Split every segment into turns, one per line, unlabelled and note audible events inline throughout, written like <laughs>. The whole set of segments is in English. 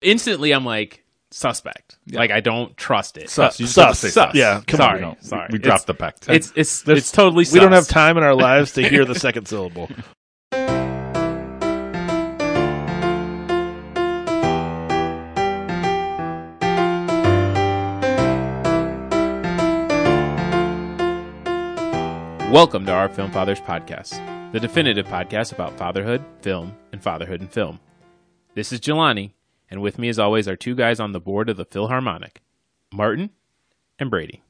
instantly I'm like suspect. Like I don't trust it.
Sus.
Uh,
You just have to say sus.
Yeah, come
sorry,
on. we don't-
sorry.
We, we
It's-
dropped the pact.
it's it's
There's-
it's totally.
We don't
sus.
have time
<laughs>
in our lives to hear the second syllable.
Welcome to our Film Fathers podcast, the definitive podcast about fatherhood, film, and fatherhood and film. This is Jelani, and with me, as always, are two guys on the board of the Philharmonic, Martin and Brady.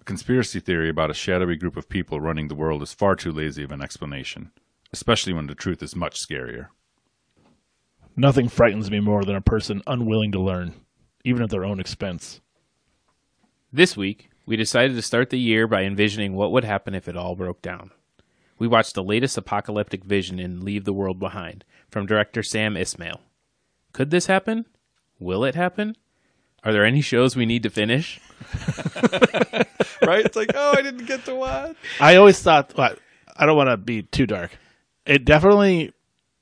A conspiracy theory about a shadowy group of people running the world is far too lazy of an explanation, especially when the truth is much scarier.
Nothing frightens me more than a person unwilling to learn, even at their own expense.
This week, we decided to start the year by envisioning what would happen if it all broke down. We watched the latest apocalyptic vision in Leave the World Behind from director Sam Ismail. Could this happen? Will it happen? Are there any shows we need to finish?
right? It's like, oh, I didn't get to watch.
I always thought, well, I don't want to be too dark. It definitely,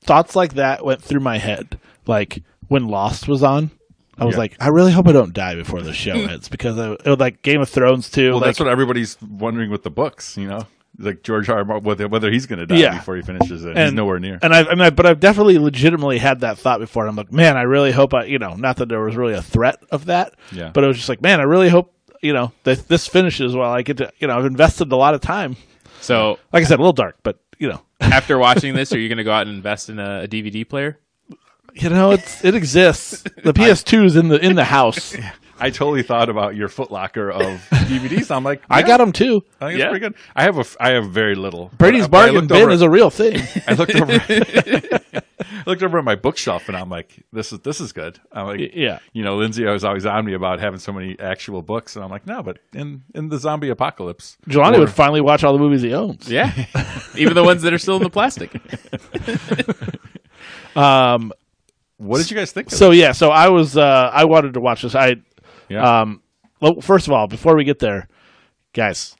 thoughts like that went through my head. Like when Lost was on, I was
Yeah.
like, I really hope I don't die before the
<laughs>
show ends because I, it was like Game of Thrones too.
Well,
like,
that's what everybody's wondering with the books, you know? Like George R. R. Martin, whether, whether he's going to die
Yeah.
before he finishes it. he's nowhere near.
And I've, I mean, I- but I've definitely legitimately had that thought before. And I'm like, man, I really hope I, you know, not that there was really a threat of that,
Yeah.
but it was just like, man, I really hope, you know, that this finishes while I get to, you know, I've invested a lot of time. <laughs>
So,
Like I said, a little dark, but you know, <laughs>
after watching this, are you going to go out and invest in a, a DVD player?
you know, it's, it exists.
<laughs>
The PS2 is in the, in the house.
I totally thought about your footlocker of
<laughs>
DVDs. I'm like,
I got them too.
I think it's
Yeah.
pretty good. I have a, f- I have very little.
Brady's
But- but I
bargain
looked
bin
over-
is a real
<laughs>
thing.
I looked over. I <laughs> looked over at my bookshelf and I'm like, this is this is good. I'm like,
yeah.
You know, Lindsay was always on me about having so many actual books, and I'm like, no, but in in the zombie apocalypse,
Jelani
or-
would finally watch all the movies he owns.
Yeah. <laughs> Even the ones that are still in the
<laughs>
plastic.
What did you guys think? Of
So yeah, so I was, uh, I wanted to watch this. I,
it? yeah,
um, well, first of all, before we get there, guys,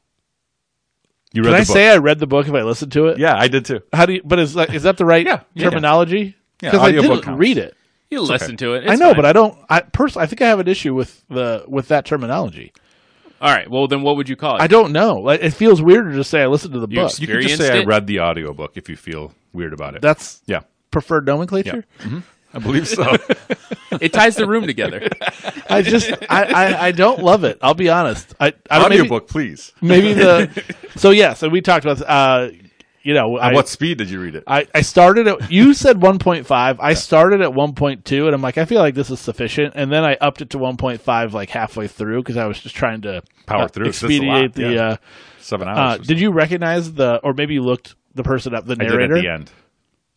you
Can
the
I
book.
say I read the book if I listened to it?
Yeah, I did too.
How do you? But is that, is that the right
Yeah, yeah.
terminology?
Yeah,
I
audiobook
didn't
counts.
read it.
You listen to it.
I know, but I don't. I personally, I think I have an issue with the with that terminology.
All right. Well, then what would you call it?
I don't know. Like, it feels weird to just say I listened to the
You
book.
ex-
You can just
Experienced
say I
it?
read the audiobook if you feel weird about it.
That's
yeah,
preferred nomenclature.
<laughs> I believe so.
It ties the room
<laughs>
together.
I just I, I I don't love it. I'll be honest. I, I don't-
audiobook, please.
Maybe, maybe the.
<laughs>
So yeah. So we talked about. Uh, you know, I,
At what speed did you read it?
I, I started at you said 1.5 i started at 1.2 and i'm like i feel like this is sufficient and then i upped it to 1.5 like halfway through because i was just trying to
Power
uh,
through. It's just a lot,
expedite the
yeah.
uh,
Seven hours.
uh,
or
did you recognize the or maybe you looked the person up the
something. I
narrator
did at the end.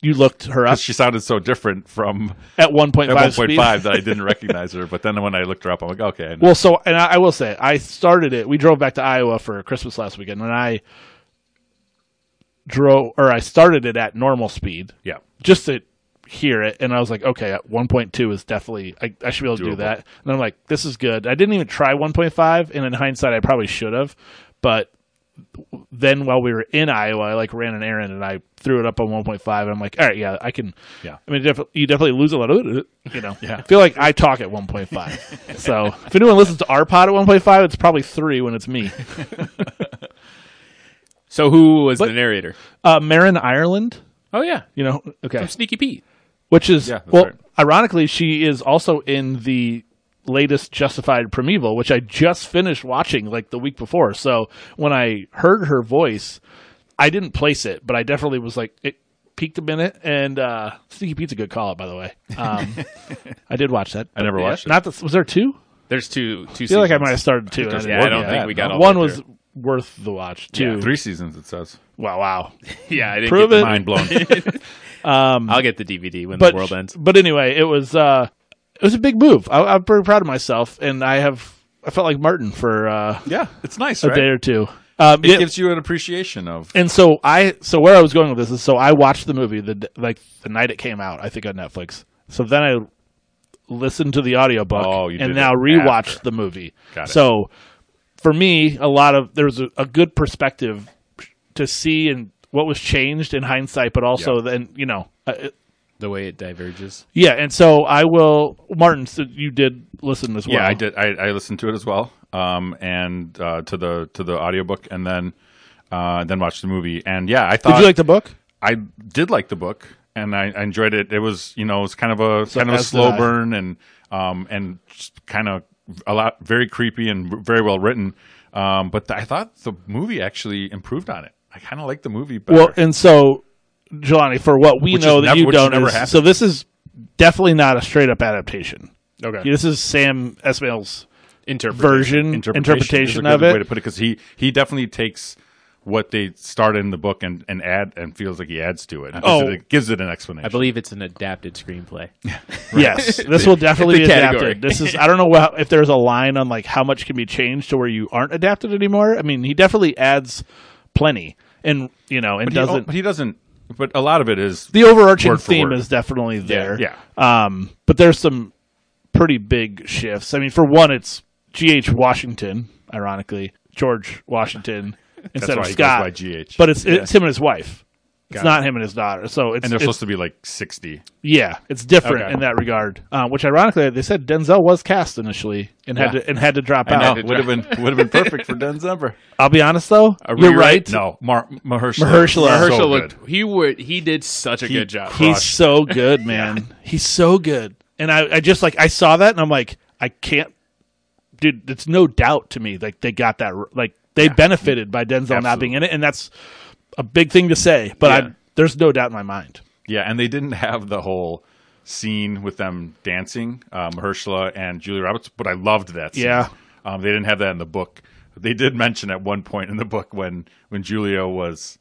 you looked her up
'Cause She sounded so different from
at 1.5
at
speed.
1.5 that I didn't recognize her. But then when I looked her up, I'm like, okay. I know.
Well, so and I, I will say, I started it. We drove back to Iowa for Christmas last weekend, and I drove or I started it at normal speed.
Yeah.
just to hear it, and I was like, okay, uh, at 1.2 is definitely I, I should be able to do
Doable.
that. And I'm like, this is good. I didn't even try 1.5, and in hindsight, I probably should have, but then while we were in Iowa, I like ran an errand and I threw it up on 1.5. And I'm like, all right, yeah, I can.
Yeah.
I mean, def- you definitely lose a lot of, you know.
<laughs> Yeah.
I feel like I talk at
<laughs>
1.5. so if anyone listens to our pod at 1.5, it's probably three when it's
<laughs>
me.
So who was the narrator?
Uh, Marin Ireland,
Oh yeah,
you know. Okay.
from Sneaky Pete.
Which is
Yeah, that's
well,
right.
ironically, she is also in the latest Justified Primeval, which I just finished watching like the week before. So when I heard her voice, I didn't place it, but I definitely was like it peaked a minute. And uh, Sneaky Pete's a good call out, by the way.
<laughs>
Um, I did watch that.
I never
but, yeah,
watched it.
Not this, was there two?
There's two two.
I feel like I might have started two. and I
there's
didn't-
Yeah, I don't
Yeah,
think we got
no.
all
one
the way
was
through.
worth the watch. Two.
Three seasons, it says.
Wow, wow.
<laughs>
yeah. I didn't get
Prove
the
it. Um,
Mind blown.
I'll get the DVD when
but
the world ends.
but anyway, it was uh, it was a big move. I, I'm pretty proud of myself, and I have I felt like Martin for uh,
<laughs> yeah, it's nice,
a
right?
day or two. Um,
it
yeah,
gives you an appreciation of.
and so I so where I was going with this is so I watched the movie the d- like the night it came out I think on Netflix. So then I listened to the audiobook
Oh, you did
and now
it
rewatched
after.
the movie.
Got it.
So for me, a lot of there was a, a good perspective to see and what was changed in hindsight, but also
Yeah.
then you know. Uh, it,
the way it diverges.
Yeah, and so I will. Martin, so you did listen as well.
Yeah, I did. I, I listened to it as well, um, and uh, to the to the audiobook, and then uh, then watched the movie. And yeah, I
Did
thought
you like the book?
I did like the book, and I, I enjoyed it. It was you know it was kind of a kind of a
as did
slow
I.
burn, and um and just kind of a lot very creepy and very well written. Um, but I thought the movie actually improved on it. I kind of like the movie better.
Well, and so, Jelani, for what we
Which
know
is
that
never-
you
which has
don't,
never
is-
happened.
so this is definitely not a straight up adaptation.
Okay.
This is Sam Esmail's
Interpretation.
version interpretation,
is a
of
good
it.
Way to put it, because he he definitely takes what they start in the book and and add and feels like he adds to it. And gives
Oh.
it, a- gives it an
I
explanation.
believe it's an adapted <laughs> screenplay.
<laughs>
Yes, this will definitely be
The category.
adapted. This is I don't know wha- if there's a line on like how much can be changed to where you aren't adapted anymore. I mean, he definitely adds plenty, and you know, and
But he-
doesn't.
but he doesn't. But a lot of it is
the overarching
word for
theme
word.
is definitely there.
yeah.
Um, but there's some pretty big shifts. I mean, for one, it's G.H. Washington, ironically, George
<laughs>
Washington instead
why
of
he goes
Scott.
by G.H..
But it's it's him and his wife. It's not him and his daughter. So it's,
and they're
it's-
supposed to be like sixty.
yeah, it's different
Okay.
in that regard. Uh, which ironically, they said Denzel was cast initially and had
Yeah.
to and had to drop
I
out.
know.
I
Would have been would have been perfect for Denzel.
will be honest though,
Are
you're
we
right.
No, Mar- Mahershala.
Mahershala.
So
Mahershala
good.
He would. He did such a good job.
He's so good, man. He's so good. And I, I just like I saw that and I'm like, I can't dude, it's no doubt to me like they got that r- like they benefited by Denzel not being in it and that's a big thing to say, but
Yeah.
I, there's no doubt in my mind.
Yeah, and they didn't have the whole scene with them dancing, uh, Mahershala and Julia Roberts, but I loved that scene.
Yeah.
Um, they didn't have that in the book. They did mention at one point in the book when when Julia was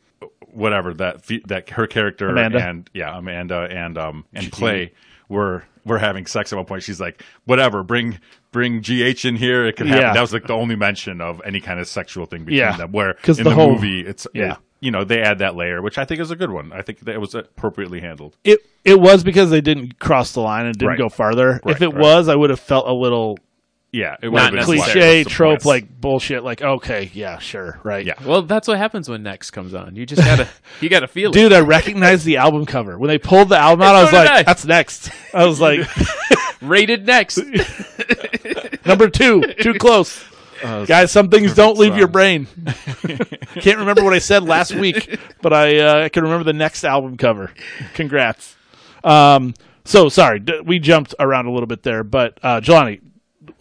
whatever that fe- that her character
Amanda.
and yeah Amanda and um and Clay were were having sex at one point. She's like, whatever, bring bring GH in here. It could happen.
Yeah.
That was like the only mention of any kind of sexual thing between
Yeah.
them. Where
'Cause
in
the
the,
whole-
movie, it's
Yeah.
it- you know they add that layer, which I think is a good one. I think that it was appropriately handled.
It it was because they didn't cross the line and didn't
Right.
go farther. if
Right,
it
right.
was, I would have felt a little
Yeah, it
Not
would've been
necessary.
slightly
cliche
disappointing.
trope like bullshit like okay, yeah, sure, right.
Yeah.
Well, that's what happens when next comes on. You just
<laughs>
gotta. you gotta feel it.
Dude, I recognized the album cover. When they pulled the album out, I
So
was
did
like,
I.
that's next. I was like,
Rated next.
Number two, too close. Guys, some things don't leave your
song.
brain. Can't remember what I said last week, but I, uh, I can remember the next album cover. Congrats. Um, so sorry, d- we jumped around a little bit there, but uh, Jelani,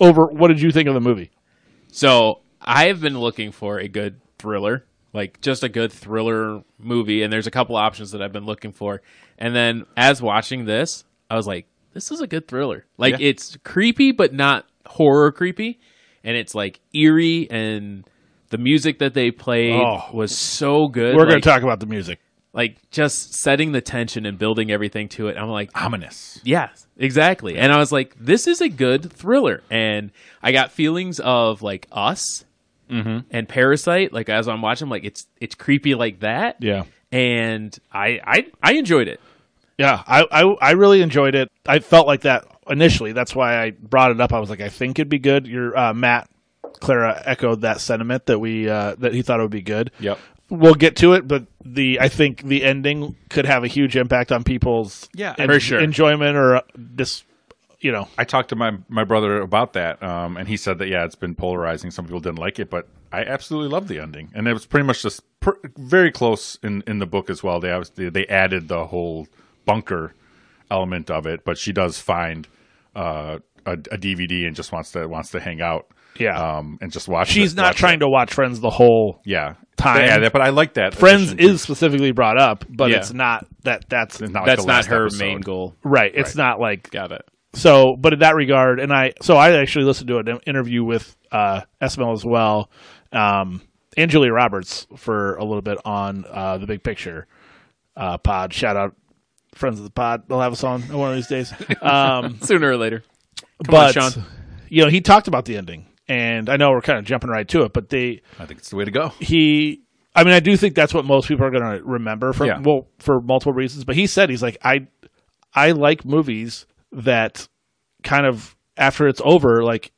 over what did you think of the movie?
So I have been looking for a good thriller, like just a good thriller movie, and there's a couple options that I've been looking for. And then as watching this, I was like, this is a good thriller. Like it's creepy but not horror creepy, and it's like eerie and the music that they played
Oh.
was so good.
We're going
like,
to talk about the music.
like just setting the tension and building everything to it. I'm like,
ominous.
yeah, exactly. And I was like, this is a good thriller. And I got feelings of like Us
Mm-hmm.
and Parasite. Like as I'm watching, like it's it's creepy like that.
Yeah.
And I I I enjoyed it.
Yeah, I, I I really enjoyed it. I felt like that initially. That's why I brought it up. I was like, I think it'd be good. Your uh, Matt Clara echoed that sentiment that we uh, that he thought it would be good.
Yep.
We'll get to it, but the I think the ending could have a huge impact on people's
Yeah,
en-
for sure.
enjoyment or uh, dis, you know.
I talked to my my brother about that, um, and he said that yeah, it's been polarizing. Some people didn't like it, but I absolutely loved the ending, and it was pretty much just pr- very close in in the book as well. They obviously they added the whole bunker element of it, but she does find uh, a, a DVD and just wants to wants to hang out.
Yeah.
um, and just watch.
She's
it-
not
watch
trying
it.
to watch Friends the whole.
Yeah,
time.
Yeah, that- but I like that.
Friends
addition to-
is specifically brought up, but
Yeah.
it's not that. That's
It's not like
That's
the
not
last
her
episode.
main goal.
right. It's not like
Got it.
so but in that regard and i so i actually listened to an interview with uh esmel as well um and julia roberts for a little bit on uh the big picture uh pod shout out friends of the pod they'll have us on one of these days um
Sooner or later.
but
on, Sean.
you know he talked about the ending and i know we're kind of jumping right to it but they
I think it's the way to go.
he I mean I do think that's what most people are going to remember for
Yeah.
well for multiple reasons but he said he's like I I like movies that kind of after it's over like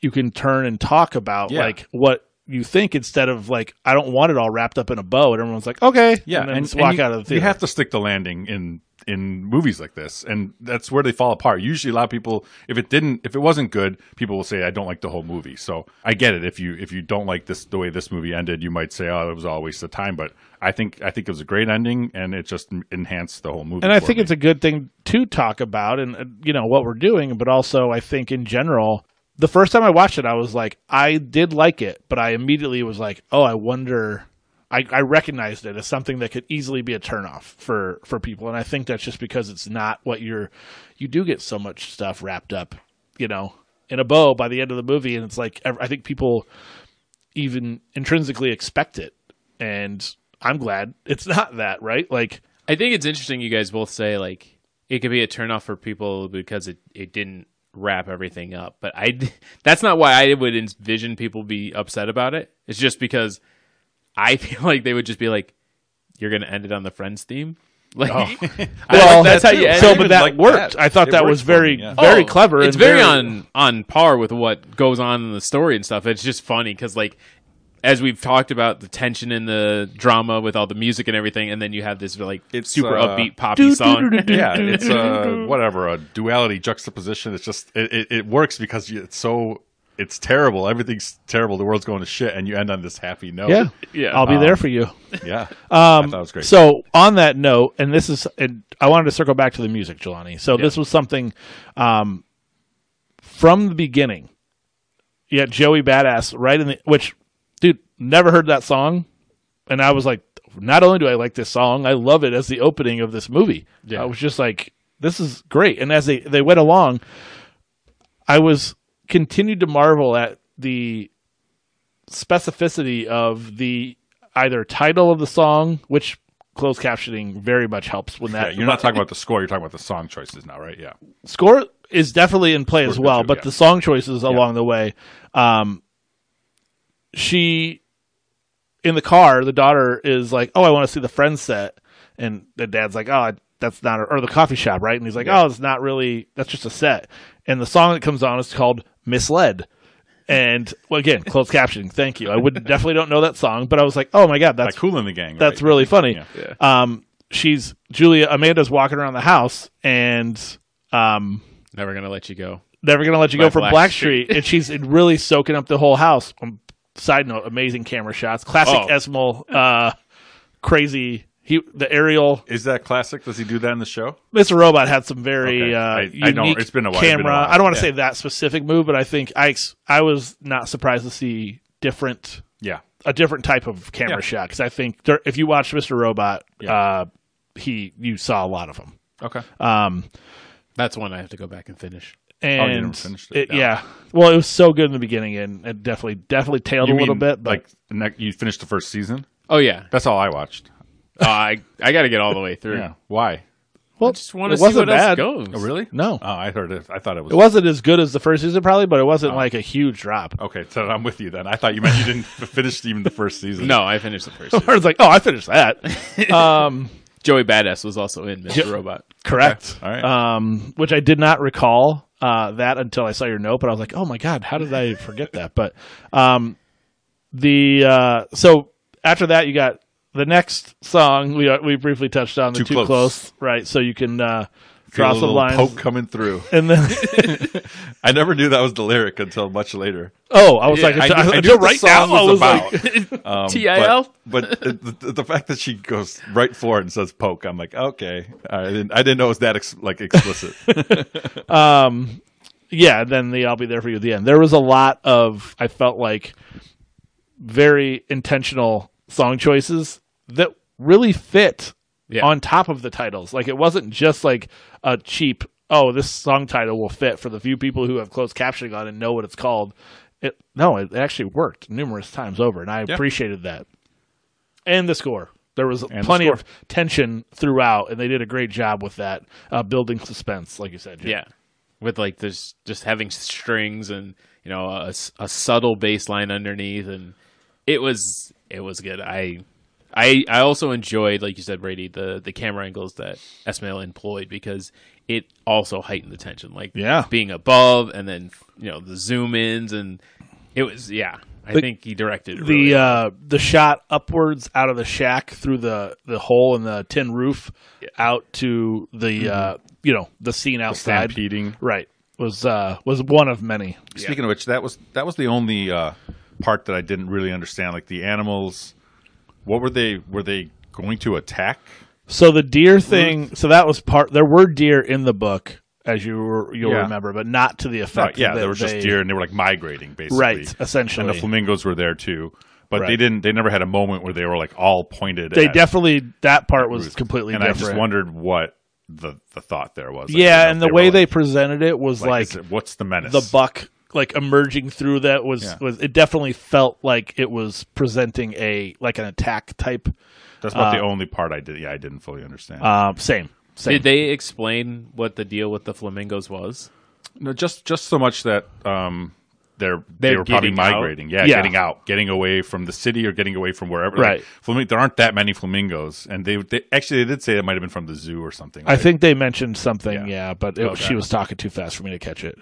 you can turn and talk about
Yeah.
like what you think instead of like I don't want it all wrapped up in a bow, and everyone's like, okay,
Yeah,
and, then just walk
you,
out of the
you
theater.
have to stick the landing in in movies like this, and that's where they fall apart. Usually, a lot of people, if it didn't, if it wasn't good, people will say, "I don't like the whole movie." So I get it. If you if you don't like this the way this movie ended, you might say, "Oh, it was all a waste of time." But I think I think it was a great ending, and it just m- enhanced the whole movie.
and I
for
think
me.
it's a good thing to talk about and uh, you know what we're doing, but also I think in general, the first time I watched it, I was like, I did like it, but I immediately was like, oh, I wonder. I, I recognized it as something that could easily be a turnoff for for people, and I think that's just because it's not what you're. You do get so much stuff wrapped up, you know, in a bow by the end of the movie, and it's like ev- I think people even intrinsically expect it, and I'm glad it's <laughs> not that, right? Like
I think it's interesting you guys both say like it could be a turnoff for people because it, it didn't wrap everything up. But I <laughs> that's not why I would envision people be upset about it. It's just because I <laughs> feel like they would just be like, "You're going to end it on the Friends theme." <laughs> Like,
Oh. Well,
that's, how you end.
So,
it.
but
even
that
like
worked.
that.
I thought
It
that
worked
was
for
very,
me, yeah.
very
Oh,
clever.
It's
and
very, on on par with what goes on in the story and stuff. It's just funny because like as we've talked about the tension and the drama with all the music and everything, and then you have this like
It's,
super
uh,
upbeat poppy song.
yeah, it's a whatever a duality juxtaposition. It's just it, it, it works because you- it's so it's terrible. Everything's terrible. The world's going to shit, and you end on this happy note.
Yeah,
Yeah.
I'll be there for you.
yeah. I thought it was great.
Um, So on that note, and this is, and I wanted to circle back to the music, Jelani. So this was something um, from the beginning. Yeah, Joey Badass, right in the which, dude, never heard that song, and I was like, not only do I like this song, I love it as the opening of this movie. I was just like, this is great. And as they they went along, I was continued to marvel at the specificity of the either title of the song, which closed captioning very much helps when
Yeah,
that
you're not talking about the score. You're talking about the song choices now, right? Yeah.
score is definitely in play as well,
too,
but
yeah.
the song choices along the way. Um, she in the car, the daughter is like, "Oh, I want to see the Friends set," and the dad's like, "Oh, that's not," or the coffee shop, right? And he's like, "Oh, it's not really. That's just a set." And the song that comes on is called "Misled." And well,
<laughs>
again, closed captioning. Thank you. I would definitely don't know that song, but I was like, "Oh my god,
Like
that's
cool in the gang.
that's
right?
really funny.
Yeah.
Um, she's Julia Amanda's walking around the house and um,
<laughs> Never gonna let you go.
never gonna let you
By
go from
Black
Black Street, and
<laughs>
she's really soaking up the whole house. Um, side note: amazing camera shots, classic
Oh.
Esmal, uh, crazy. He the aerial
Is that classic? Does he do that in the show?
Mr. Robot had some very
Okay.
uh,
I-
unique
I know. It's been a while. It's been a
camera.
while.
I don't want to
Yeah.
say that specific move, but I think I ex- I was not surprised to see different
Yeah.
a different type of camera
Yeah.
shot because I think there, if you watch Mr. Robot, uh, he you saw a lot of them.
Okay.
Um,
That's one I have to go back and finish.
and
Oh, never finished it, no.
yeah, well, it was so good in the beginning, and it definitely definitely tailed a little bit. But
like ne- you finished the first season?
Oh yeah,
That's all I watched.
Uh, I I got to get all the way through.
Yeah. Why?
well,
I just want to
it
see
wasn't
what
bad.
else goes.
really?
No.
Oh, I heard it. I thought it was.
It wasn't as good as the first season, probably, but it
Oh.
wasn't like a huge drop. <laughs>
Okay, so I'm with you then. I thought you meant you didn't <laughs> finish even the first season.
No, I finished the
<laughs>
first.
I
season.
was like, oh, I finished that. um,
Joey Badass was also in Mr. Robot.
correct.
Okay. All right.
Um, which I did not recall uh, that until I saw your note, but I was like, oh my god, how did I forget that? But um, the uh, so after that, you got the next song we uh, we briefly touched on the
Too
too
Close.
close, right? So you can uh,
Feel
draw
a
some
little
lines.
poke coming through.
And then,
I never knew that was the lyric until much later.
oh, I was like,
I
until,
knew- I knew
until
what the
right
song
now, I was
was
like,
about.
<laughs>
<laughs> Um,
TIL?
But, but the, the- the fact that she goes right for it and says poke, I'm like, okay. I didn't, I didn't know it was that ex-
<laughs>
like explicit.
yeah, then the I'll be there for you at the end. There was a lot of I felt like very intentional song choices that really fit
Yeah.
on top of the titles. Like it wasn't just like a cheap oh this song title will fit for the few people who have closed captioning on and know what it's called. It no, it actually worked numerous times over, and I appreciated that. And the score. There was
the
plenty
score.
of tension throughout, and they did a great job with that, uh, building suspense, like you said. Jim.
Yeah, with like this just having strings and you know a, s- a subtle bass line underneath, and it was it was good. I I I also enjoyed, like you said, Brady, the the camera angles that Esmail employed because it also heightened the tension, like
Yeah.
being above and then you know the zoom ins and it was yeah I
The-
think he directed it really
the uh, the shot upwards out of the shack through the the hole in the tin roof out to the uh, you know the scene outside.
Mm-hmm. Stampeding.
right was uh, was one of many.
Speaking of which, that was that was the only uh, part that I didn't really understand. Like the animals, what were they? Were they going to attack?
So the deer thing. So that was part. There were deer in the book, as you were, you'll
Yeah.
remember, but not to the effect.
Uh, yeah,
that
there was just
they-
deer, and they were like migrating basically.
Right,
and
essentially.
the flamingos were there too, but they
Right.
didn't. They never had a moment where they were like all pointed.
they
at
definitely that part was
Ruth.
completely
And
different.
I just wondered what the the thought there was. Like, you know,
yeah,
if
and the
were,
way they
like-
presented it was
like,
like,
is it- what's the menace?
the buck like emerging through that was
Yeah.
was it definitely felt like it was presenting a like an attack type.
That's about the only part I did. Yeah, I didn't fully understand.
Um, same, same.
Did they explain what the deal with the flamingos was?
No, just just so much that um, they're, they
They're
were probably
getting out.
migrating. Yeah,
Yeah.
getting out, getting away from the city or getting away from wherever.
Right.
Like, flamingo, there aren't that many flamingos, and they, they actually they did say it might have been from the zoo or something.
I think they mentioned something,
Yeah. Oh,
yeah, but it, she was talking too fast for me to catch
<laughs>
it.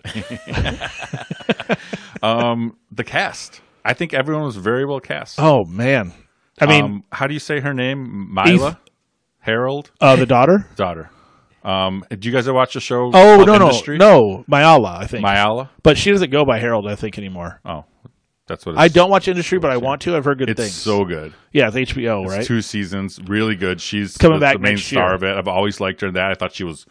um, the cast. I think everyone was very well cast.
oh man, I mean,
um, how do you say her name? Mila, Harold,
uh, the
<laughs>
daughter.
daughter. Um, do you guys ever watch the show?
Oh
called
no,
Industry?
no, no, Mayala, I think.
Myala.
but she doesn't go by Harold, I think anymore.
Oh, that's what it's,
I don't watch Industry, but I want to. I've heard good
It's
things.
so good.
yeah, it's HBO,
It's
right?
two seasons, really good. She's
coming
the,
back
the main
next
star
year.
of it. I've always liked her in that. I thought she was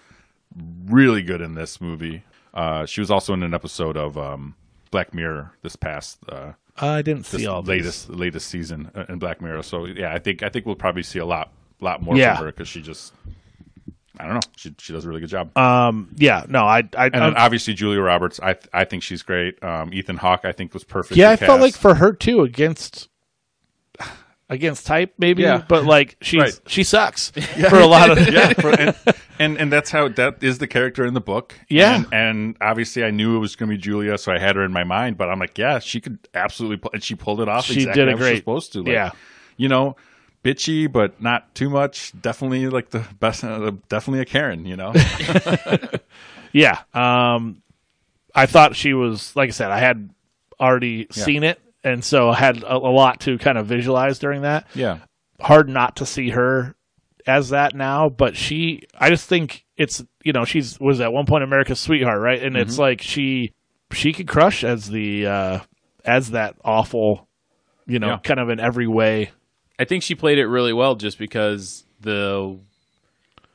really good in this movie. Uh, she was also in an episode of um, Black Mirror this past uh,
I didn't see
this
all these.
latest latest season uh, in Black Mirror. So yeah, I think I think we'll probably see a lot lot more
Yeah.
from her because she just I don't know she she does a really good job.
Um, yeah, no, I, I,
and
I'm-
then obviously Julia Roberts, I I think she's great. Um, Ethan Hawke, I think was perfect.
yeah,
to
I felt
cast.
like for her too against against type maybe,
Yeah.
but
<laughs>
like she's
Right.
she sucks for a lot of
<laughs>
<laughs>
yeah, for- and, and and that's how that is the character in the book.
Yeah.
and, and obviously I knew it was going to be Julia, so I had her in my mind. But I'm like, yeah, she could absolutely, pl- and she pulled it off.
She
exactly
did a
how she was
great-
supposed to. Like,
yeah.
you know, bitchy but not too much. Definitely like the best. Uh, definitely a Karen.
<laughs>
You know,
yeah. Um, I thought she was like I said, I had already seen it, and so I had a, a lot to kind of visualize during that.
yeah,
hard not to see her as that now, but she I just think it's you know, she's was at one point America's sweetheart, right? And it's like she she could crush as the uh as that awful, you know,
Yeah.
kind of in every way.
I think she played it really well just because the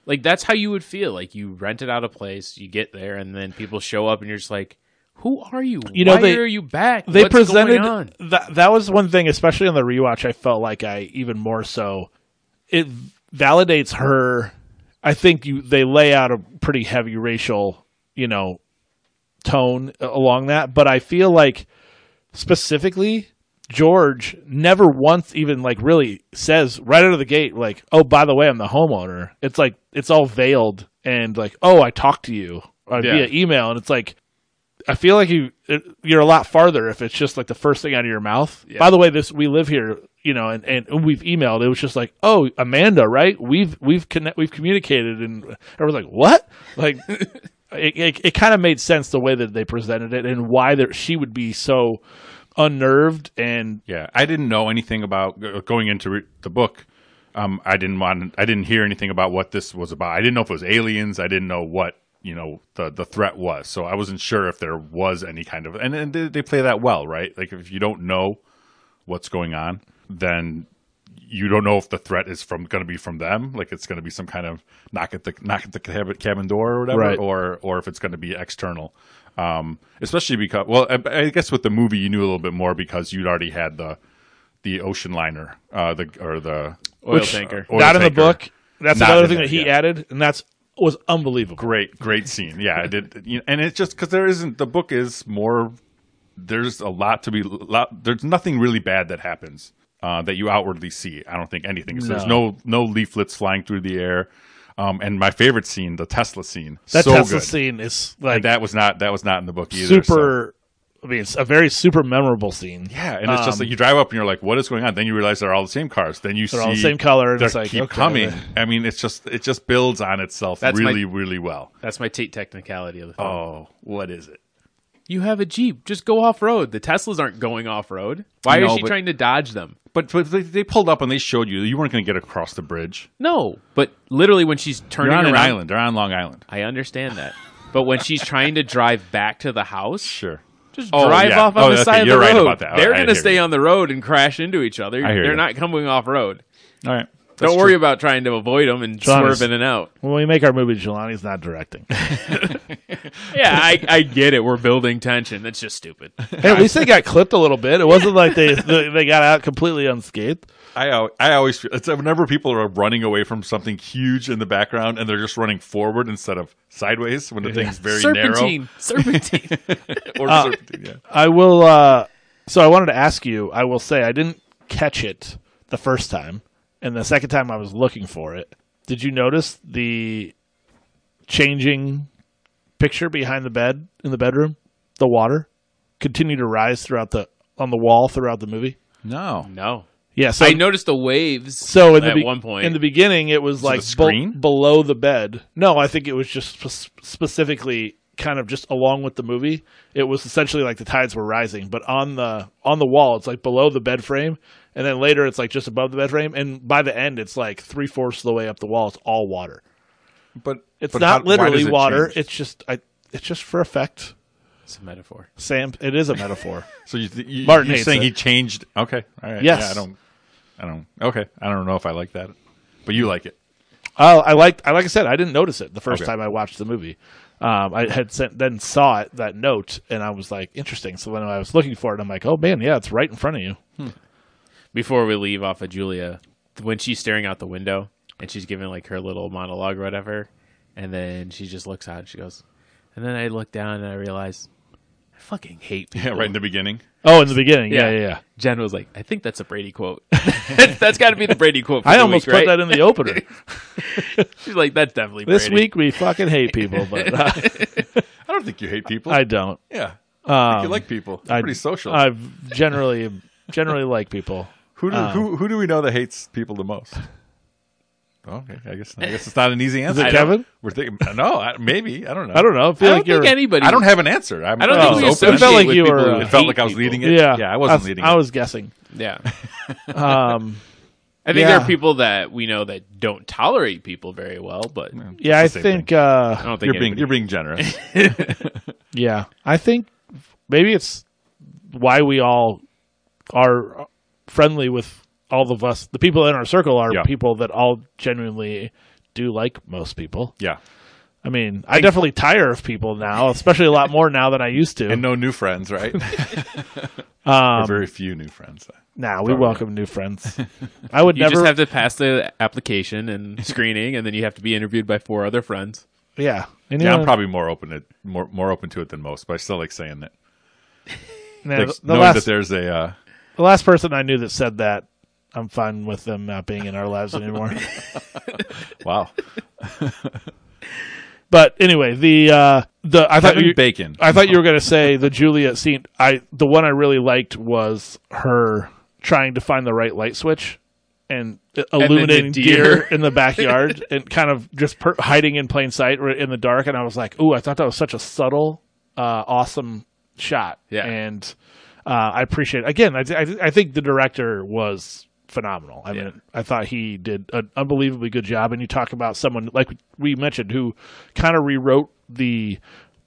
like that's how you would feel. Like you rented out a place, you get there, and then people show up and you're just like, Who are you?
You know,
Why
they-
are you back?
They
What's
presented
going on?
that that was one thing, especially on the rewatch, I felt like I even more so it validates her I think you they lay out a pretty heavy racial, you know, tone along that, but I feel like specifically George never once even like really says right out of the gate like, "Oh, by the way, I'm the homeowner." It's like it's all veiled and like, "Oh, I talked to you uh,
Yeah.
via email," and it's like I feel like you it, you're a lot farther if it's just like the first thing out of your mouth. By the way, this we live here, you know, and, and we've emailed. It was just like, "Oh, Amanda, right? We've we've connect, we've communicated," and I was like, "What?"
<laughs>
Like. It, it, it kind of made sense the way that they presented it and why there, she would be so unnerved and
yeah. I didn't know anything about g- going into re- the book. Um, I didn't want. I didn't hear anything about what this was about. I didn't know if it was aliens. I didn't know what you know the the threat was. So I wasn't sure if there was any kind of. And, and they, they play that well, right? Like if you don't know what's going on, then you don't know if the threat is from going to be from them. Like it's going to be some kind of knock at the knock at the cabin, cabin door or whatever,
Right.
or or if it's going to be external. Um, especially because well, I, I guess with the movie you knew a little bit more because you'd already had the the ocean liner, uh, the or the
Oil tanker.
oil
uh, not in the
tanker.
book. That's
Not in
another thing
there,
that he
yeah.
added, and that's was unbelievable.
Great, great scene. Yeah, I did. You know, and it's just because there isn't the book is more. There's a lot to be. Lot, there's nothing really bad that happens uh, that you outwardly see. I don't think anything. So There's no no leaflets flying through the air. Um, and my favorite scene, the Tesla scene,
That
so
Tesla
good.
scene is
And
like
that was not that was not in the book either. so-
super. I mean, it's a very super memorable scene.
Yeah, and it's just like you drive up and you're like, "What is going on?" Then you realize they're all the same cars. Then you
um, They're
see
all the same color, and
They
it's like,
keep
okay,
coming.
well.
I mean, it's just it just builds on itself
That's my-
really, really well.
Oh.
That's my Tate technicality of the film.
Oh, what is it?
You have a Jeep. Just go off road. The Teslas aren't going off road. Why
No,
is she
but-
trying to dodge them?
But, but they, they pulled up and they showed you you weren't going to get across the bridge.
No. But literally, when she's turning
They're on
around,
an island. They're on Long Island.
I understand that. But when she's trying to drive back to the house,
Sure.
just
Oh,
drive
yeah.
off on
Oh,
the
okay,
side of
you're
the
right
road.
about that. All
They're
right, I
going to
hear
stay
you.
on the road and crash into each other.
I hear
They're
you.
not coming off road.
All right.
Don't worry about trying to avoid them and
John
swerve
is-
in and out.
When we make our movie, Jelani's not directing.
Yeah, <laughs> I, I get it. We're building tension. That's just stupid.
Hey, at least they got clipped a little bit. It wasn't like <laughs> they they they got out completely unscathed.
I al- I always feel it's whenever people are running away from something huge in the background and they're just running forward instead of sideways when the thing's very
serpentine, serpentine.
narrow. Or
Uh,
serpentine, yeah.
I will. Uh, so I wanted to ask you. I will say I didn't catch it the first time, and the second time I was looking for it. Did you notice the changing picture behind the bed in the bedroom? The water continued to rise throughout the on the wall throughout the movie.
No.
no,
Yeah, so
I noticed the waves.
So in the
at
be-
one point,
in the beginning, it was like
the
bel-
screen?
below the bed. No, I think it was just sp- specifically kind of just along with the movie. It was essentially like the tides were rising, but on the on the wall, it's like below the bed frame, and then later it's like just above the bed frame, and by the end, it's like three fourths of the way up the wall. It's all water.
But
It's
but
not
how- why does
literally
it
water.
change?
It's just I. It's just for effect,
it's a metaphor.
Sam. It is a metaphor.
so you, th- you,
Martin
you're
hates
saying
it.
he changed. Okay. All right.
Yes.
Yeah, I don't. I don't. Okay. I don't know if I like that, but you like it. <laughs>
Oh, I like I like I said, I didn't notice it the first
Okay.
time I watched the movie. Um, I had sent then saw it that note, and I was like, interesting. So when I was looking for it, I'm like, oh man, yeah, it's right in front of you.
Before we leave off of Julia, when she's staring out the window and she's giving like her little monologue or whatever, and then she just looks out and she goes, and then I look down and I realize I fucking hate people.
Yeah. Right in the beginning.
Oh, in the beginning, yeah, yeah, yeah.
Jen was like, I think that's a Brady quote. <laughs> that's got to be the Brady quote. For
I
the
almost
week,
put
right?
that in the opener.
She's like, that's definitely
this
Brady.
week we fucking hate people, but uh,
I don't think you hate people.
I don't.
yeah.
Um,
you like people.
I-
pretty social.
I generally generally like people.
who do
Um,
who who do we know that hates people the most? Okay. I guess I guess it's not an easy answer.
it
I don't-
Kevin?
We're thinking. No. I, maybe. I don't know.
I don't know. I feel
I don't
like
think
you're.
anybody.
I don't have an answer. I'm,
I don't
I'm
think we
just open.
associate
It felt like
with
you
people
were,
who
uh,
It felt
hate
like I was
people.
leading it.
yeah,
yeah, I wasn't
I,
leading.
I
it.
was guessing. <laughs>
Yeah.
Um,
I think there
Yeah.
are people that we know that don't tolerate people very well, but
yeah, I
It's the same
think. Uh,
I don't think
You're being you're being generous.
Yeah, I think maybe it's why we all are friendly with all of us. The people in our circle are
Yeah.
people that all genuinely do like most people.
<laughs> yeah,
I mean, I definitely tire of people now, especially a lot more now than I used to.
and no new
<laughs>
friends, right?
Um,
Or very few new friends.
now we welcome new
<laughs>
friends. I would
you
never.
just have to pass the application and screening, and then you have to be interviewed by four other friends.
yeah.
Yeah,
Anyone-
I'm probably more open to more more open to it than most, but I still like saying that.
nah,
Like,
the
knowing
last
that there's a uh,
the last person I knew that said that. I'm fine with them not being in our lives
<laughs>
anymore.
wow.
But anyway, the uh, the I thought
Kevin
you,
Bacon.
I thought you were going to say the Julia scene. I the one I really liked was her trying to find the right light switch and illuminating
deer.
deer in the backyard and kind of just per- hiding in plain sight or in the dark. And I was like, "Ooh, I thought that was such a subtle, uh, awesome shot."
Yeah.
and uh, I appreciate. Again, I, I I think the director was phenomenal. I mean, I thought he did an unbelievably good job. And you talk about someone like we mentioned who kind of rewrote the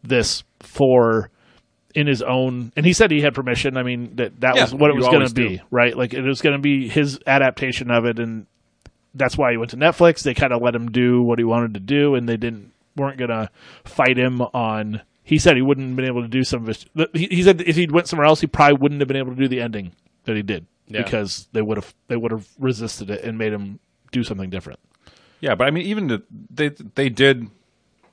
this for in his own and he said he had permission i mean that that
Yeah,
was what it
you
was going
always
to be right like it was going to be his adaptation of it and that's why he went to netflix they kind of let him do what he wanted to do and they didn't weren't going to fight him on he said he wouldn't have been able to do some of his the- he, he said if he'd went somewhere else he probably wouldn't have been able to do the ending that he did
Yeah.
because they would have they would have resisted it and made him do something different
Yeah, but I mean, even the, they they did,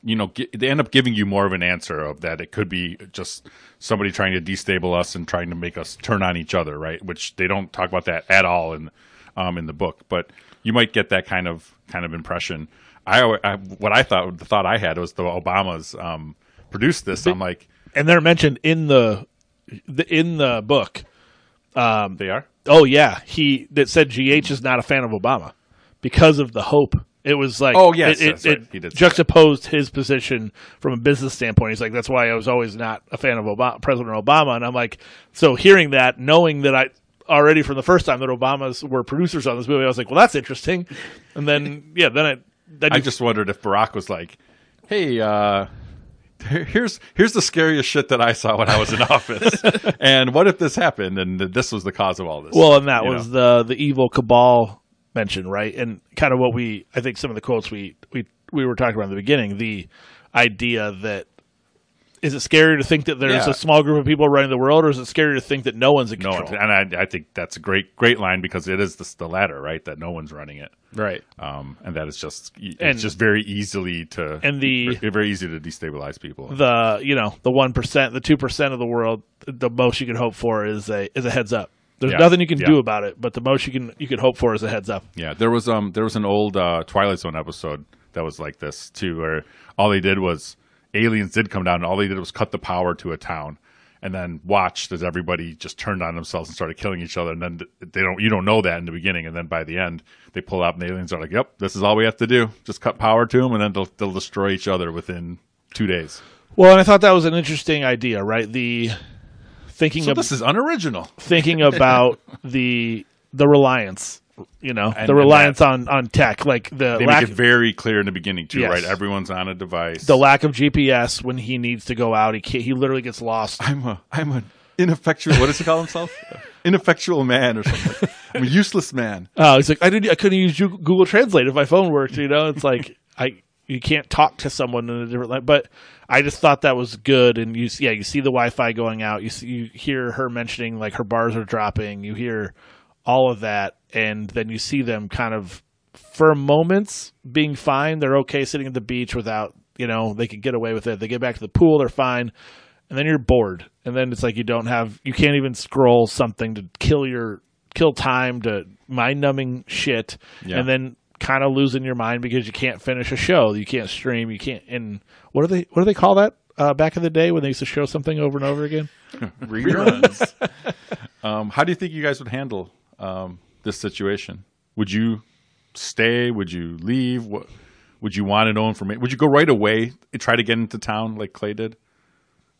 you know, gi- they end up giving you more of an answer of that it could be just somebody trying to destabilize us and trying to make us turn on each other, right? Which they don't talk about that at all in um, in the book, but you might get that kind of kind of impression. I, al- I what I thought the thought I had was the Obamas um, produced this. I'm like,
and they're mentioned in the, the in the book um,
they are.
Oh yeah, he that said GH is not a fan of Obama because of the hope It was like,
Oh, yes,
it,
that's
it,
right.
it
He did say
juxtaposed his position from a business standpoint. He's like, that's why I was always not a fan of Obama, President Obama. And I'm like, so hearing that, knowing that I already from the first time that Obamas were producers on this movie, I was like, well, that's interesting. And then, yeah, then I, then
I
you-
just wondered if Barack was like, "Hey, uh, here's here's the scariest shit that I saw when I was in <laughs> office, and what if this happened and th- this was the cause of all this?"
Well, and that
you
was the the evil cabal mention, right? And kind of what we I think some of the quotes we we we were talking about in the beginning, the idea that is it scary to think that there's
Yeah.
a small group of people running the world, or is it scary to think that no one's in
no
control?
one, and I, I think that's a great great line because it is the, the latter, right? That no one's running it,
Right.
um, and that is just it's
And-
just very easily to
and the-
very, very easy to destabilize people.
the you know the one percent, the two percent of the world, the most you can hope for is a is a heads up. There's
Yeah.
nothing you can
Yeah.
do about it, but the most you can you can hope for is a heads up.
Yeah, there was um there was an old uh, Twilight Zone episode that was like this too, where all they did was aliens did come down, and all they did was cut the power to a town, and then watched as everybody just turned on themselves and started killing each other, and then th- they don't you don't know that in the beginning, and then by the end they pull out and the aliens are like, yep, this is all we have to do, just cut power to them, and then they'll they'll destroy each other within two days.
Well, and I thought that was an interesting idea, right? The thinking
So
of
this is unoriginal.
thinking about the the reliance, you know,
And-
the
and
reliance
that-
on on tech, like the
They
lack
make it very clear in the beginning too,
Yes.
right? Everyone's on a device.
the lack of GPS when he needs to go out. He can't, he literally gets lost.
I'm a I'm an ineffectual. What does he call himself? <laughs> ineffectual man or something. I'm a useless man.
Uh, he's like, I didn't, I couldn't use Ju- Google Translate if my phone worked. You know, it's like <laughs> I you can't talk to someone in a different language. But I just thought that was good. And you, see- yeah, you see the Wi-Fi going out. You see, you hear her mentioning like her bars are dropping. You hear all of that, and then you see them kind of for moments being fine. They're okay sitting at the beach without you know they can get away with it. They get back to the pool. They're fine. And then you're bored, and then it's like you don't have, you can't even scroll something to kill your kill time to mind numbing shit
Yeah.
and then kind of losing your mind because you can't finish a show you can't stream you can't and what do they what do they call that uh, back in the day when they used to show something over and over again
Reruns.
<laughs> Um, how do you think you guys would handle um, this situation? Would you stay? Would you leave? What, would you want to know information? Would you go right away and try to get into town like Clay did?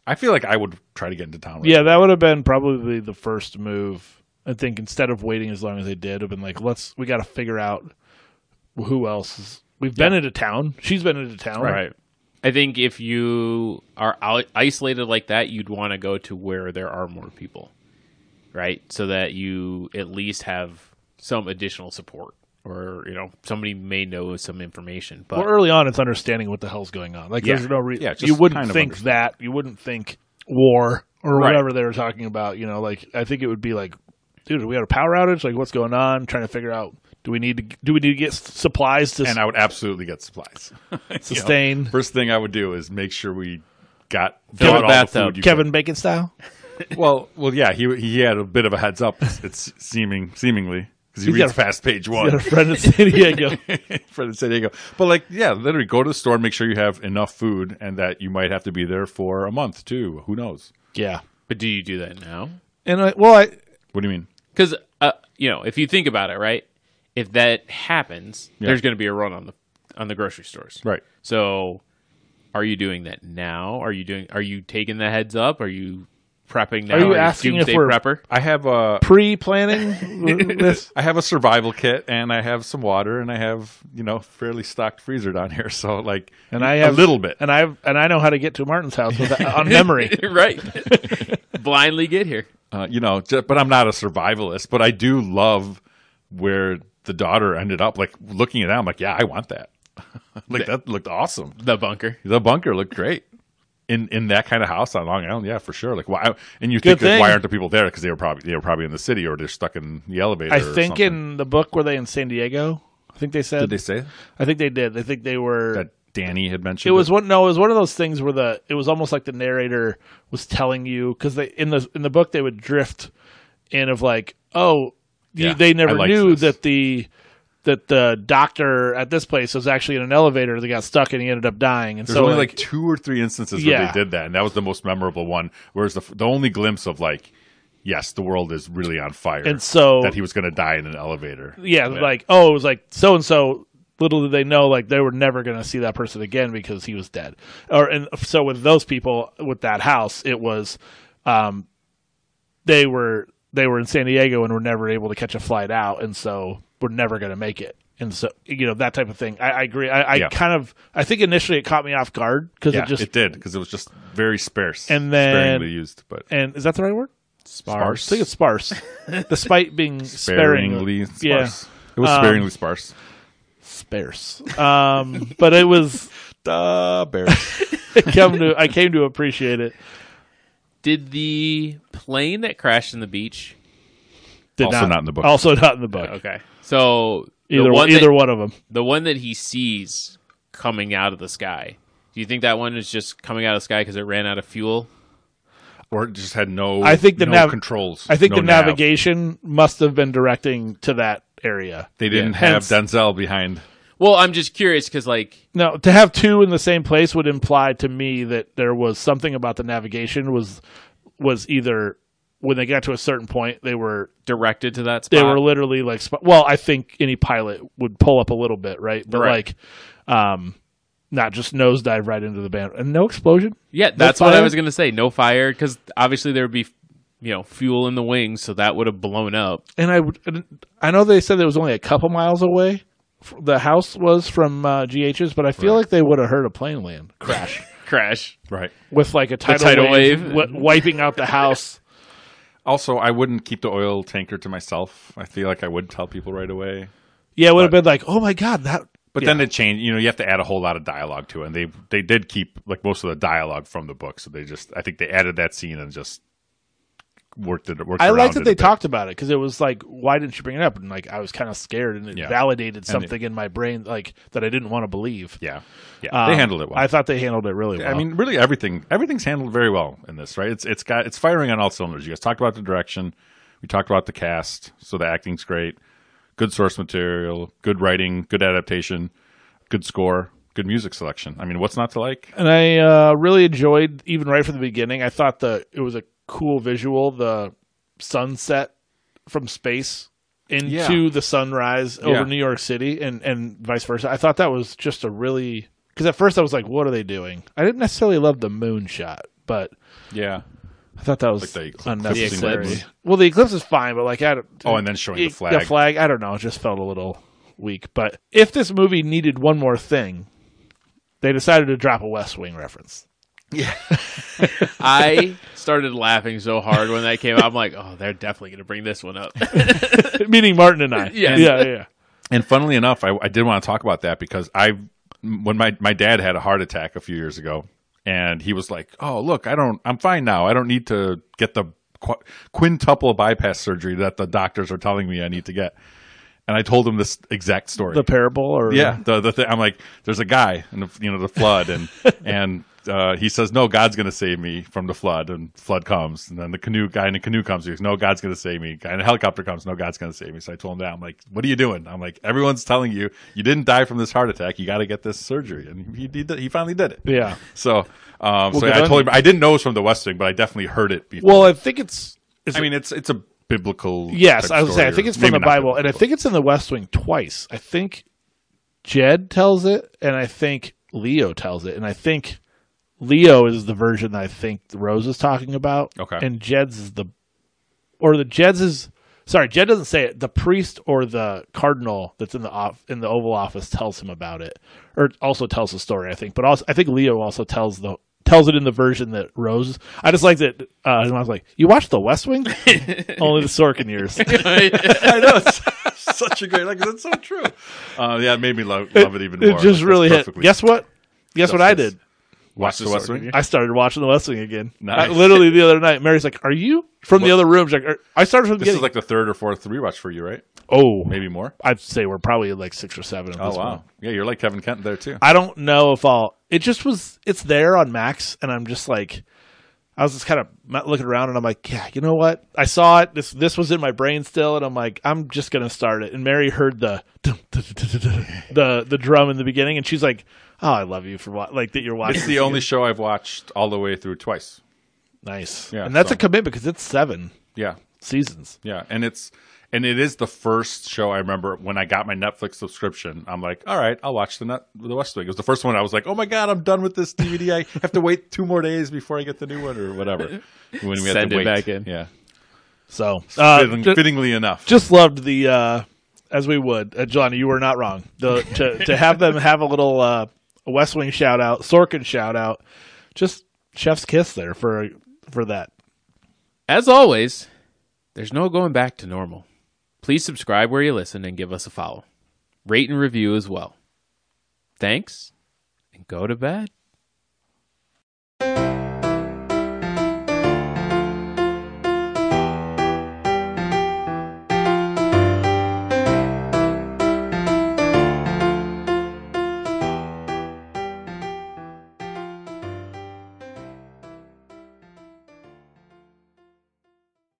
I feel like I would try to get into town. Right
yeah that would have been probably the first move i think instead of waiting as long as they did have been like let's we got to figure out who else is we've been into town she's been into town
away.
I think if you are out- isolated like that, you'd want to go to where there are more people, right? So that you at least have some additional support, or you know, somebody may know some information. But
Well, early on, it's understanding what the hell's going on. Like,
Yeah.
there's no reason.
Yeah, just
you wouldn't
kind of
think that. You wouldn't think war or
Right.
whatever they were talking about. You know, like I think it would be like, dude, we had a power outage. Like, what's going on? Trying to figure out. Do we need to? Do we need to get s- supplies to
And I would absolutely get supplies. You know,
Sustain.
first thing I would do is make sure we got
Fill
got
the
all
bathtub.
food you
Kevin Bacon style? <laughs>
Well, well, yeah, he he had a bit of a heads up. It's, it's seeming seemingly because he
He's got
reads
a-
fast page
You got a
one
friend in San Diego.
<laughs> for the San Diego. But like, yeah, literally go to the store, make sure you have enough food, and that you might have to be there for a month too. Who knows?
yeah.
but do you do that now?
And I, well, I,
What do you mean?
Because uh, you know, if you think about it, right? If that happens, there's going to be a run on the on the grocery stores,
Right.
So, are you doing that now? Are you doing? Are you taking the heads up? Are you prepping now?
Are you asking if
doomsday
we're-
prepper?
I have a
pre-planning <laughs> this.
I have a survival kit, and I have some water, and I have you know fairly stocked freezer down here. <laughs> So like,
And I have
a little bit.
And I have and I know how to get to Martin's house with,
<laughs>
on memory.
<laughs> right. Blindly get here.
uh, you know, ju- but I'm not a survivalist, but I do love where the daughter ended up. Like looking at that, I'm like, yeah, I want that. <laughs> like that looked awesome.
The bunker.
The bunker looked great. In in that kind of house on Long Island, yeah, for sure. Like why? And you
Good
think like,
thing.
why aren't the people there? Because they were probably they were probably in the city or they're stuck in the elevator.
I
or
think
something.
in the book were they in San Diego? I think they said.
did they say
I think they did. I think they were.
that Danny had mentioned
it was one. No, it was one of those things where the it was almost like the narrator was telling you because they in the in the book they would drift in of like oh you-
Yeah,
they
I
never
liked
knew
this.
that the that the doctor at this place was actually in an elevator that got stuck and he ended up dying and
There's
so
only like, two or three instances where
Yeah.
they did that, and that was the most memorable one. Whereas the f- the only glimpse of like, yes, the world is really on fire,
And so-
that he was going to die in an elevator.
yeah, like oh it was like so and so little did they know like they were never going to see that person again because he was dead or and so with those people with that house it was um they were they were in san diego and were never able to catch a flight out and so were never going to make it and so you know that type of thing i, I agree i, I
Yeah.
kind of i think initially it caught me off guard because
Yeah,
it just
it did because it was just very sparse
And then-
sparingly used, but
and is that the right word
Sparse.
i think it's sparse
<laughs>
despite being sparingly
sparingly
yeah. Um,
sparse. It was sparingly sparse.
sparse um but it was
Duh, bear.
come to i came to appreciate it
Did the plane that crashed in the beach?
Did
Also not in the book.
Also not in the book.
Okay. So the
Either
one
one,
that-
either one of them.
the one that he sees coming out of the sky. Do you think that one is just coming out of the sky because it ran out of fuel?
<laughs> Or it just had no.
I think the
no
nav-
controls.
I think
no
the
nav.
navigation must have been directing to that area.
They didn't
Yeah.
have
Hence-
Denzel behind.
Well, I'm just curious because like
No, to have two in the same place would imply to me that there was something about the navigation was was either when they got to a certain point they were
directed to that spot.
Uh,
they were literally like sp- well I think any pilot would pull up a little bit right but
Right.
like um not just nosedive right into the band and no explosion
yeah, that's what I
fire?
was gonna say. No fire because obviously there would be you know fuel in the wings, so that would have blown up.
and I would- and I know they said it was only a couple miles away. f- The house was from uh, GH's, but I feel like they would have heard a plane land
<laughs>
crash
Crash.
Right.
with like a tidal,
tidal
wave,
wave.
wi- wiping out the house.
Also, I wouldn't keep the oil tanker to myself. I feel like I would tell people right away.
Yeah, it would have been like, oh my god, that.
But
Yeah.
then it changed. You know, you have to add a whole lot of dialogue to it. And they they did keep like most of the dialogue from the book. So they just I think they added that scene and just worked it. Worked
I
around
like
it
that
a
they
bit.
talked about it because it was like, why didn't you bring it up? And like, I was kind of scared, and it
Yeah.
validated something in my brain like that I didn't want to believe.
Yeah, yeah, they
Um,
handled it well.
I thought they handled it really well.
I mean, really, everything everything's handled very well in this, right? It's it's got it's firing on all cylinders. You guys talked about the direction, we talked about the cast, so the acting's great, good source material, good writing, good adaptation, good score, good music selection. I mean, what's not to like?
and I uh, really enjoyed even right from the beginning. I thought the it was a cool visual, the sunset from space into
Yeah.
the sunrise over
Yeah.
New York City and and vice versa. I thought that was just a really because at first I was like, what are they doing? I didn't necessarily love the moon shot, but
Yeah.
I thought that was
Like the eclipse
unnecessary.
scene. The eclipse.
Well, the eclipse is fine, but like I don't,
Oh, and then showing the
it-
flag.
The flag, I don't know, it just felt a little weak. But if this movie needed one more thing, they decided to drop a West Wing reference.
I started laughing so hard when that came out. I'm like, oh, they're definitely gonna bring this one up. <laughs>
<laughs> Meaning Martin and
<laughs>
I.
Yes.
Yeah, yeah, yeah.
And funnily enough, I, I did want to talk about that because I, when my my dad had a heart attack a few years ago, and he was like, "Oh, look, I don't, I'm fine now. I don't need to get the qu- quintuple bypass surgery that the doctors are telling me I need to get." And I told him this exact story.
The parable or
yeah, the the thing, I'm like, "There's a guy, and you know, the
<laughs>
flood, and and." Uh, he says, "No, God's going to save me from the flood." And flood comes, and then the canoe guy in the canoe comes. He goes, "No, God's going to save me." Guy in a helicopter comes. No, God's going to save me. So I told him that. I'm like, "What are you doing?" I'm like, "Everyone's telling you you didn't die from this heart attack. You got to get this surgery." And he he, did, he finally did it.
Yeah.
So, um, so
good
yeah, I
on
told him I didn't know it was from the West Wing, but I definitely heard it before.
Well, I think it's, it's
I mean, it's it's a biblical.
Yes,
type
I was
story,
saying I think
or
it's from
maybe
the
not
Bible, and I
biblical.
think it's in the West Wing twice. I think Jed tells it, and I think Leo tells it, and I think Leo is the version that I think Rose is talking about.
Okay.
and Jed's is the, or the Jed's is sorry, Jed doesn't say it. The priest or the cardinal that's in the off in the Oval Office tells him about it, or also tells the story. I think, but also I think Leo also tells the. Tells it in the version that Rose. I just like that. Uh, his mom's like, "You watched The West
<laughs>
Wing? Only the Sorkin
<laughs>
years."
I know it's <laughs> such a great like it's so true. Uh, yeah, it made me love, love it even more.
It just
Like,
really
that's
hit.
perfectly-
Guess what? Guess what I did?
Watch the West Wing.
I started watching The West Wing again.
Nice.
I- literally the other night, Mary's like, "Are you from the other room?" She's like, "Are-" I started from the
This
beginning.
is like the third or fourth rewatch for you, right?
oh,
Maybe more.
I'd say we're probably like six or seven.
Oh,
At this Point.
Yeah, you're like Kevin Kent there too.
I don't know if I'll. It just was. It's there on Max, and I'm just like, I was just kind of not looking around, and I'm like, yeah, you know what? I saw it. This this was in my brain still, and I'm like, I'm just gonna start it. And Mary heard the <laughs> dum, dum, dum, dum, dum, the the drum in the beginning, and she's like, oh, I love you for wa- like that you're watching.
It's the only show I've watched all the way through twice.
Nice.
Yeah,
and that's
so-
a commitment because it's seven.
Yeah.
seasons.
Yeah, and it's and it is the first show I remember when I got my Netflix subscription. I'm like, all right, I'll watch the net the West Wing. It was the first one I was like, oh my god, I'm done with this DVD. I have to wait two more days before I get the new one or
<laughs>
whatever. When we had
Send
to
it
wait.
back in.
Yeah,
So uh,
Fitting-
ju-
fittingly enough.
just loved the uh, as we would, uh, John. You were not wrong. The to to have them have a little uh, West Wing shout out, Sorkin shout out, just chef's kiss there for for that.
As always, there's no going back to normal. Please subscribe where you listen and give us a follow. Rate and review as well. Thanks, and go to bed.